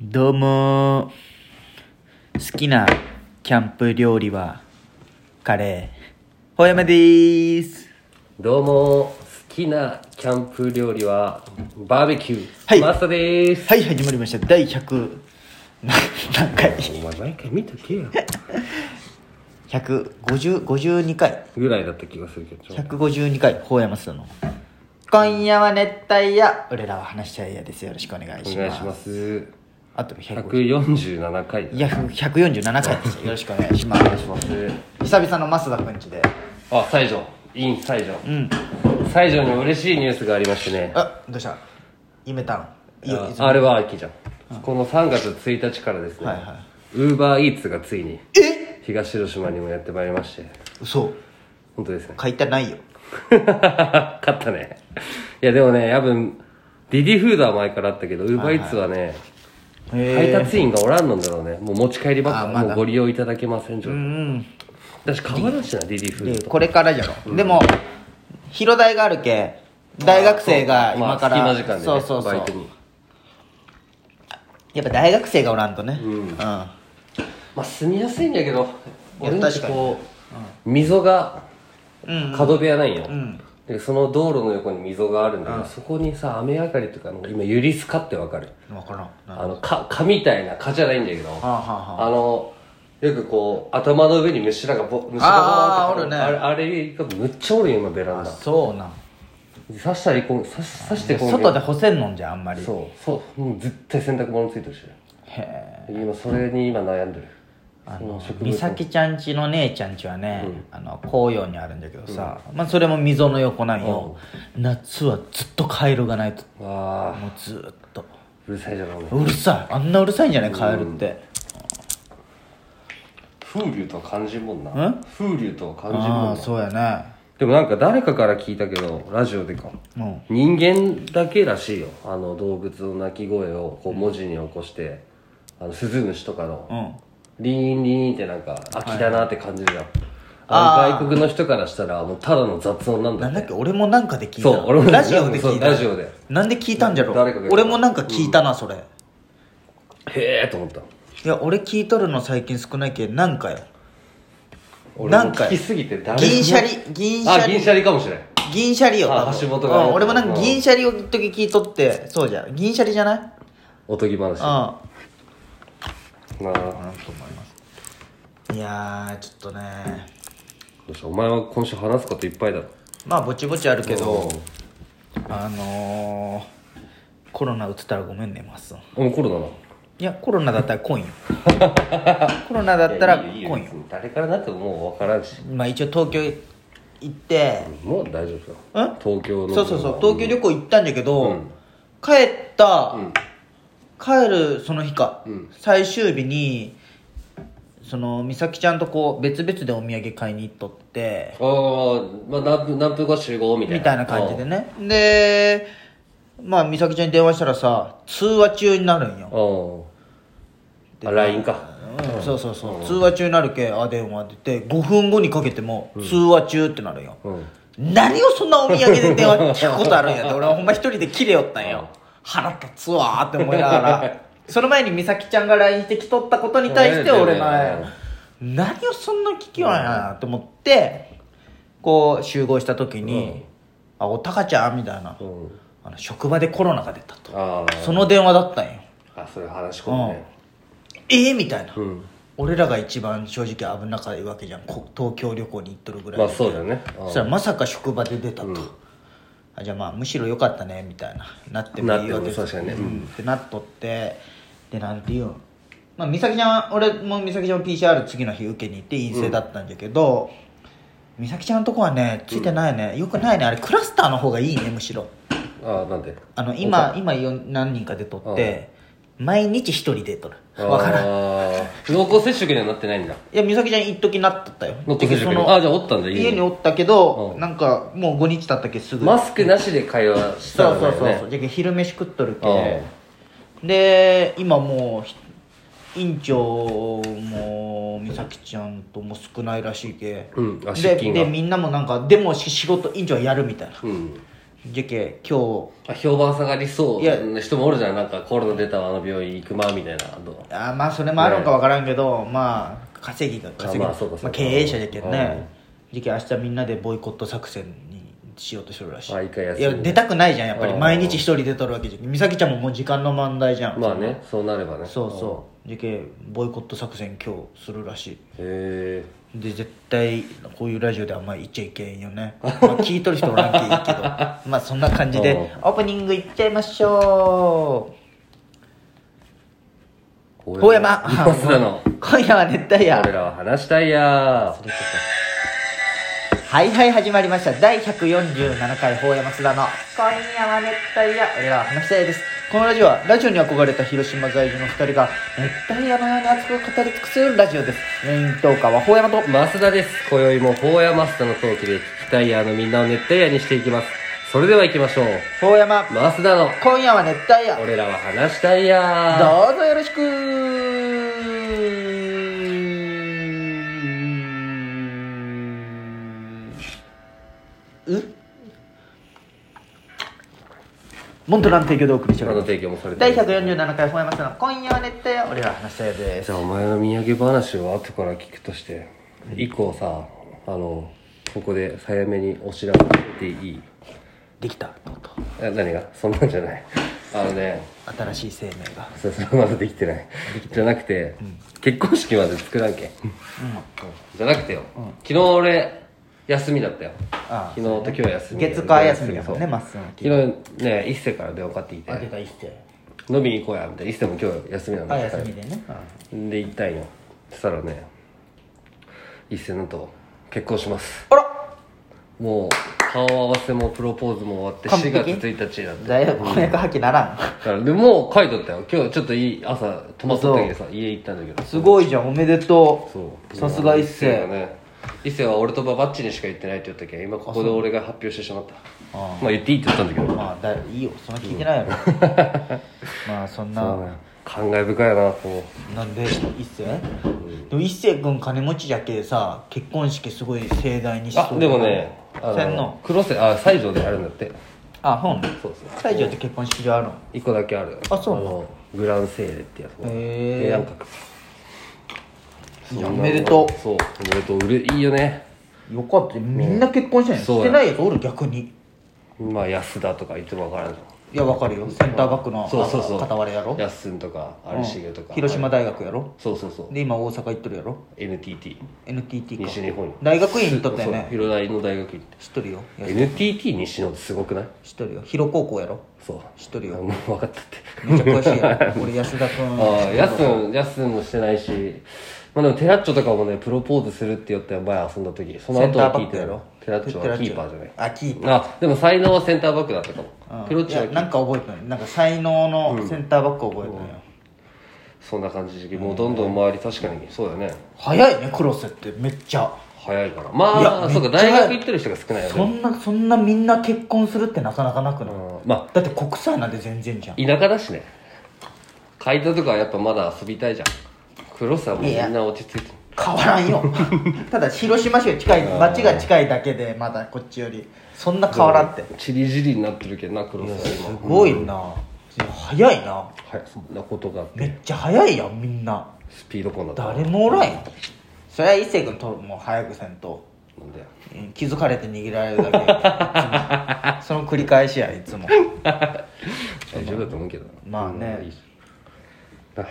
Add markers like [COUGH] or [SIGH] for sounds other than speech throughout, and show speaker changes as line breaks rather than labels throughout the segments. どうもー好きなキャンプ料理はカレーほやまでーす
どうも好きなキャンプ料理はバーベキュー、
はい
マスタです、
はい始まりました第100な何回
お前毎回見とけよ
152回
ぐらいだった気がす
[LAUGHS]
るけどちょっと
152回ほやまさの今夜は熱帯夜俺らは話し合いやですよろしくお願い
お
し
願
ま
い
す
します
あと150
147回
いや147回ですよろしくお願いします
で
久々の増田くんちで
あ西条イン西条
うん
西条に嬉しいニュースがありましてね
あどうしたイメタンいいよいつも
ああれは秋じゃんこの3月1日からですね、
はいは
ウーバーイーツがついに
え
東広島にもやってまいりまして
嘘
本当ですね
書いてないよ
[LAUGHS] 勝ったねいやでもね多分ディディフードは前からあったけどウーバーイーツはね、配達員がおらんのだろうねもう持ち帰りばっか
あまだ
もうご利用いただけませんじゃ
うんん
だし変わらんしな DD フー
で
ド
これからじゃろ、でも広大があるけ大学生が
まあ
今から、
まあ、隙間時間で、ね、
そうそうそ
バイ
う
トに
やっぱ大学生がおらんとねうんん、あ
まあ住みやすいんやけど
いや
俺ん
確
ち
かに
こう、溝が
うん
角部屋ないよ、
ん
でその道路の横に溝があるんだけど、そこにさ雨上がりとかの今ユリスカってわかる
分からんな
あの蚊蚊みたいな蚊じゃないんだけど
あはあは
あのよくこう頭の上に虫らがぼ虫が
あー
ぼーって
お
あ
る
れ
ね
あれがむっちゃおるよ今ベランダ
そうなん
刺したらいこん刺し刺して
で
こん
外で干せんのんじゃあんまりへ
そうそうもう絶対洗濯物ついてるし
え
今それに今悩んでる
あ
そ
の
植物
美咲ちゃんちの姉ちゃんちはね、あの紅葉にあるんだけどさ、まあ、それも溝の横なんよ、夏はずっとカエルがないと
わあ
もうずーっと
うるさいじゃんお
う
前
るさいあんなうるさいんじゃないカエルって、
風流とは感じんもんなん風流とは感じん
あ
も
あ
んな
そうやね
でもなんか誰かから聞いたけどラジオでか
うん
人間だけらしいよあの動物の鳴き声をこう文字に起こして、あのスズムシとかの、
うん
リーンリーンってなんか秋だなって感じるじゃん、
あ
あ
ー
の外国の人からしたらもうただの雑音なん
な
だっ
ん
て
だっけ俺もなんかで聞いた
そう俺も
ラジオで聞いた
そうラジオで
なんで聞いたんじゃろ
誰かが言った
俺もなんか聞いたな、それ
へえと思った
いや俺聞いとるの最近少ないけんなんかよ
俺
な
も
んか
聞きすぎて誰も
銀シャリ銀シャ
あ
リ
銀シャリかもしれん
銀シャリよ
あ
多分
橋本がね
うん俺もなんか銀シャリを一時聞いとってそうじゃん銀シャリじゃないうん
おとぎ話な
あ
あ
と思いますいやーちょっとね
どうしたお前は今週話すこといっぱいだろ
まあぼちぼちあるけど
うん
あのー、コロナ移ったらごめんねマッスン
お前コロナなの
いやコロナだったら来ん
[LAUGHS]
よコロナだったら
いやいい
来
よい
ん
い
よ
よ別に誰からなってももう分からんし
まあ一応東京行って
もう大丈夫だ
ん
東京の
そうそうそう東京旅行行ったんだけど、帰った、
ん
帰るその日か、
うん
最終日にその美咲ちゃんとこう別々でお土産買いに行っとって
ああ、まあ、何分何分後集合みたいな
みたいな感じでねでまあ美咲ちゃんに電話したらさ通話中になるんよ、
うんあ LINE か
うんそうそうそう、通話中になるけあ電話って言って5分後にかけても通話中ってなるんよ、
うん
何をそんなお土産で電話聞くことあるん [LAUGHS] やって俺はほんま一人で切れよったんよ腹立つわーって思いなが [LAUGHS] らその前に美咲ちゃんが LINE してきとったことに対して
うん
俺が何をそんな聞きようんやなと思ってこう集合した時に「あおたかちゃん」みたいな
うん
あの職場でコロナが出たと
あ
その電話だったんよ
ああそういう話し込むね
えー、みたいな
うん
俺らが一番正直危なかいわけじゃんこ東京旅行に行っとるぐらい
ま
で
あそうだよね
そしたらまさか職場で出たと、あじゃあまあむしろ良かったねみたいななってもいいわけ
なっても確かにね
う
うん
ん、ってなっとってでなんていうんまあ美咲ちゃんは俺も美咲ちゃんも PCR 次の日受けに行って陰性だったんだけど、美咲ちゃんのとこはねついてないね、よくないねあれクラスターの方がいいねむしろ
ああなんで
あの今今よ何人か出とって毎日一人出とる
あ
わからんい
あ濃厚接触にはなってないんだ
や美咲ちゃん一時なっとったよ
濃厚接触
そ
に
の
ああじゃあおったんだ
家に
に
おったけど、
うん
なんかもう5日経ったっけすぐ
マスクなしで会話し
そ
たら
う
だ
そ
よ
う
ね
そうそうじゃけ昼飯食っとるけで今もうひ院長も美咲ちゃんとも少ないらしいけ、
うんあ
で
出勤が
でみんなもなんかでもし仕事院長はやるみたいな
うん
じゃけ今
あ評判下がりそ
いや
うな人もおるじゃんなんかコロナ出たわあの病院行くまみたいなどう
日あーまあそれもあるんかわからんけど、まあ稼ぎが稼ぎ
あまあそうかそうか
経営者じゃけんね、じゃけ明日みんなでボイコット作戦にしようとしてるらしい
あ一回休
い
み
や出たくないじゃんやっぱり
うん
毎日一人出とるわけじゃん美咲ちゃんももう時間の問題じゃん
まあねそうなればね
そうそうじゃけボイコット作戦今日するらしい
へ
で絶対こういうラジオであんまり言っちゃいけんよ
[LAUGHS]
ね、まあ、聞いとる人おらんけいいけどまあそんな感じで
う
オープニングいっちゃいましょ
え
う大
[LAUGHS]
山
早稲田の
今夜は熱帯夜
俺らは話したいや
はいはい始まりました第147回法山津田の「今夜は熱帯夜」俺らは話したいですこのラジオはラジオに憧れた広島在住の2人が熱帯夜のように熱く語り尽くすラジオですメイントーカーは法山と
増田です今宵も法や増田のトークで聞きたいやのみんなを熱帯夜にしていきますそれでは行きましょう
法山
増田の
今夜は熱帯夜
俺らは話したいや
どうぞよろしくうモントラン提供でお送りしており
今の
ます
提供もされて
第147回ほえますの今夜は熱帯夜俺ら話したいで
じ
す
ゃあお前の土産話を後から聞くとして一個さあのここで早めにお知らせっていい
できたとうと
あ何がそんなんじゃないあのね
う新しい生命が
そそれまだできてないじゃなくて、結婚式まで作らんけんじゃなくてよ、昨日俺休みだったよ
ああ
昨日と今日休み
月火休みだもんね
そう
まっすぐの日
昨日ね一世から電話かかってきて
けた一世
飲みに行こうやみたいな一世も今日休みなん
あ
だ
休みでね
で行ったんよそしたらね一世なんと結婚します
あら
もう顔合わせもプロポーズも終わって
完
4
璧
月1日だって
だいぶ婚約破棄ならん
だからでもう書いとったよ今日ちょっといい朝泊まっとったけどさ家行ったんだけど
すごいじゃんおめでと
そう
うさすが一
一世
世
がね一世は俺とババッチにしか言ってないって言ったけど今ここで俺が発表してしまった
あ
まあ言っていいって言ったんだけど
まあだいいよそんな聞いてないやろ [LAUGHS] まあそん
そう
な
ね感慨深いなと思う
なんで一世でも一世君金持ちじゃけさ結婚式すごい盛大にし
あ
そう
でもねあの
洗脳
黒瀬あ西条であるんだって
あ本
そうそう
西条って結婚式場あるの
一個だけある
あそうなの
のグランセーレってやつ
へー
平安閣
いや
そんなの
おめでとう
そうおめでとううれいいよね
よかったみんな結婚してない、
そう
し
や
てないやつおる逆に
まあ安田とか言っても分からんじゃ
いやわかるよセンターバックの
んそうそうそう
あ片割れやろ、
安んとか有重と
う
か
ん広島大学やろ
そうそうそう
で今大阪行っとるやろ
NTT
NTT か
西日本
大学院行っとったよ
そう
ね
広大の大学院って
知っとるよいや
NTT 西野ってすごくない
知っとるよ広高校やろ
そう
知っとるよ
あもう分かったって
めっちゃ詳しい
[LAUGHS]
やろ俺安田君
ああやすんやすんもしてないしまあでもテラッチョとかもねプロポーズするって言ったよ前遊んだ時その
セン
後
ター
は
バ
聞
ッ
い
ク
て
や
る
ろ
テラッチョはキーパーじゃない
あキーパ
あでも才能はセンターバックだったかも
ー
クロッチ
い
は
や
キー
なんか覚えてないなんか才能のセンターバック覚えてないよ、
そんな感じでもうどんどん周り確かにそうだよね
早いねクロスってめっちゃ
早いから
い
ま
や
あそうか
めっちゃ
大
早い
学行ってる人が少ないよ
そ
ね
んなそんなみんな結婚するってなかなかなくない、
うんまあ
だって国際なんて全然じゃん
田舎だしね海田とかはやっぱまだ遊びたいじゃん黒さもみんな落ち着いてる
変わらんよ
[LAUGHS]
ただ広島市が近い町が近いだけでまだこっちよりそんな変わらんって
チリジリになってるけどな黒さ
す
今
ごいな早いな
はいそんなことがあって
めっちゃ早いやんみんな
スピード婚だった
誰もおらんよそりゃ一星君ともう早くせんと
なんだよ
うん気づかれて逃げられるだけやいつもその繰り返しやいつも
大丈夫だと思うけどな
まあね
うんいいあた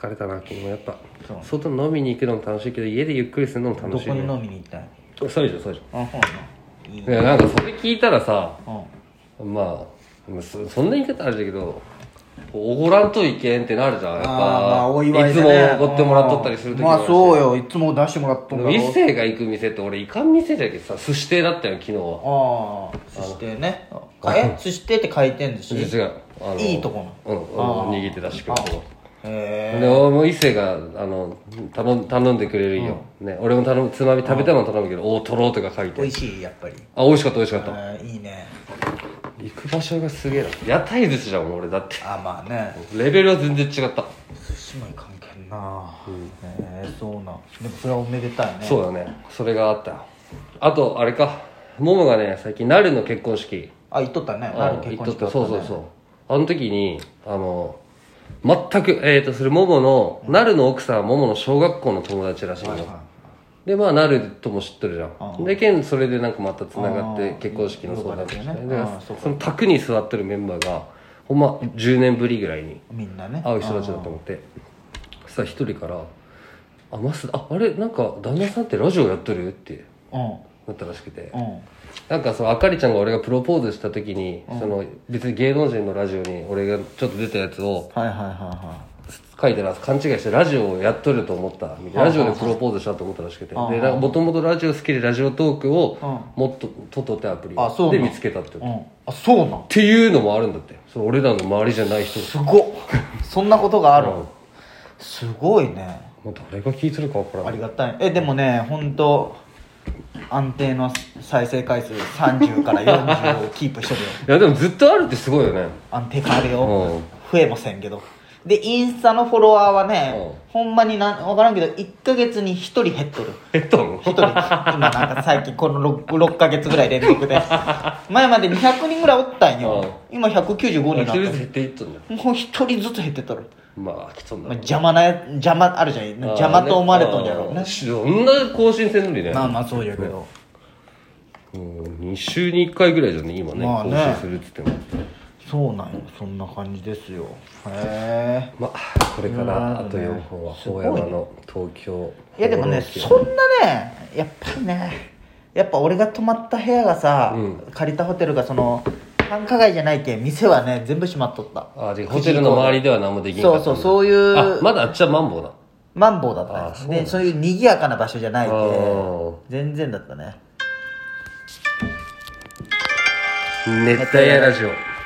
疲れたな今日もやっぱ
そう
外飲みに行くのも楽しいけど家でゆっくりするのも
ど
楽しい
こ
ね
に飲みに行ったんや
そうじゃんそうじ
あほうないい
ゃんいやなんかそれ聞いたらさ
うん
まあそそんな言い方あれだけどおごらんといけんってなるじゃんやっぱ
あーまあお祝い
い
で
つ
ね
もおごってもらっとったりする時
まあそうよ
よ
いつも出してもらっとんだろ
一星が行く店って俺いかん店じゃけどさ寿司亭だったよ昨日は
ああ寿司亭ねえ寿司亭って回転寿司
違うあの
いいとこ
う
あ
んうん握って出してくれるとこ
へえ
で俺も一星があの頼ん頼んでくれるんよ、ね、俺も頼むつまみ食べたいもの頼むけど大トロとか書い
美
て
味しいやっぱり
あ美味しかった美味しかっ
あーいいね
た行く場所がすげえな屋台寿司じゃん俺だって
あーまあね
レベルは全然違った、
寿司もいかんけんなへえそうなんでもそれはおめでたいね
そうだねそれがあったあとあれかももがね最近なるの結婚式
あ行っとったね
あ
春結
行っ
婚
とっ
式
た
おった
そ
ね
うそうそうあの時にあの全くえっ、とそれももの、なるの奥さんはももの小学校の友達らしいの、
はいはい
でまあなるとも知っとるじゃ
うん
んでけんそれでなんかまたつながっ
う
て
ん
結婚式の相談して、
よかったよね
で
あーそうか
その卓に座ってるメンバーがほんま10年ぶりぐらいに
みんなね
会う人たちだと思ってそしたら一人から「あマスああれなんか旦那さんってラジオやっとる?」って
思
なったらしくて
うんうん
なんかそのあかりちゃんが俺がプロポーズした時に、その別に芸能人のラジオに俺がちょっと出たやつを
はいはいはいは
書いてな勘違いしてラジオをやっとると思ったみたいなラジオでプロポーズしたと思ったらしくて
ああ
でもともとラジオ好きでラジオトークを
う
もっとととってアプリ
あそうな
で
ん
見つけたって
いうんあそうなん
っていうのもあるんだってその俺らの周りじゃない人
すごっ [LAUGHS] そんなことがある
うん
すごいね
もう誰が聞いてるか分からな
あ
い
りがたいえでもね本当安定の再生回数30から40をキープしてるよ
いやでもずっとあるってすごいよね
安定感あるよ、
うん
増えませんけどでインスタのフォロワーはね、
う
ほんまになん分からんけど1ヶ月に1人減っとる
えっと
一人今なんか最近この 6, 6ヶ月ぐらい連続で前まで200人ぐらいおったんよ、今195人にな
一人
っ
ずつ
て
減っていっとんだ
るもう一人ずつ減ってったる、
まあ飽きとんだ
まあ、邪魔なや邪魔あるじゃん邪魔と思われとんやろうね
そんな更新せんのにね
まあまあそうやけど、
うん2週に1回ぐらいじゃね今ね,、
まあね
更新するっつっても
そうなんよそんな感じですよへえ
まあこれか
うわ
ら
ー
あと4本は
すご
法
い
山の東京
いやでもねそんなねやっぱりねやっぱ俺が泊まった部屋がさ、
う
借りたホテルがその繁華街じゃないけん店はね全部閉まっとった
あじゃあホテルの周りでは何もできんかった
そうそうそういう
あまだあっちはマンボウだ
マンボウだった
あ
ねそ
そうなんだ
でそういう賑やかな場所じゃないけ
あー
全然だったね
熱帯夜ラジオ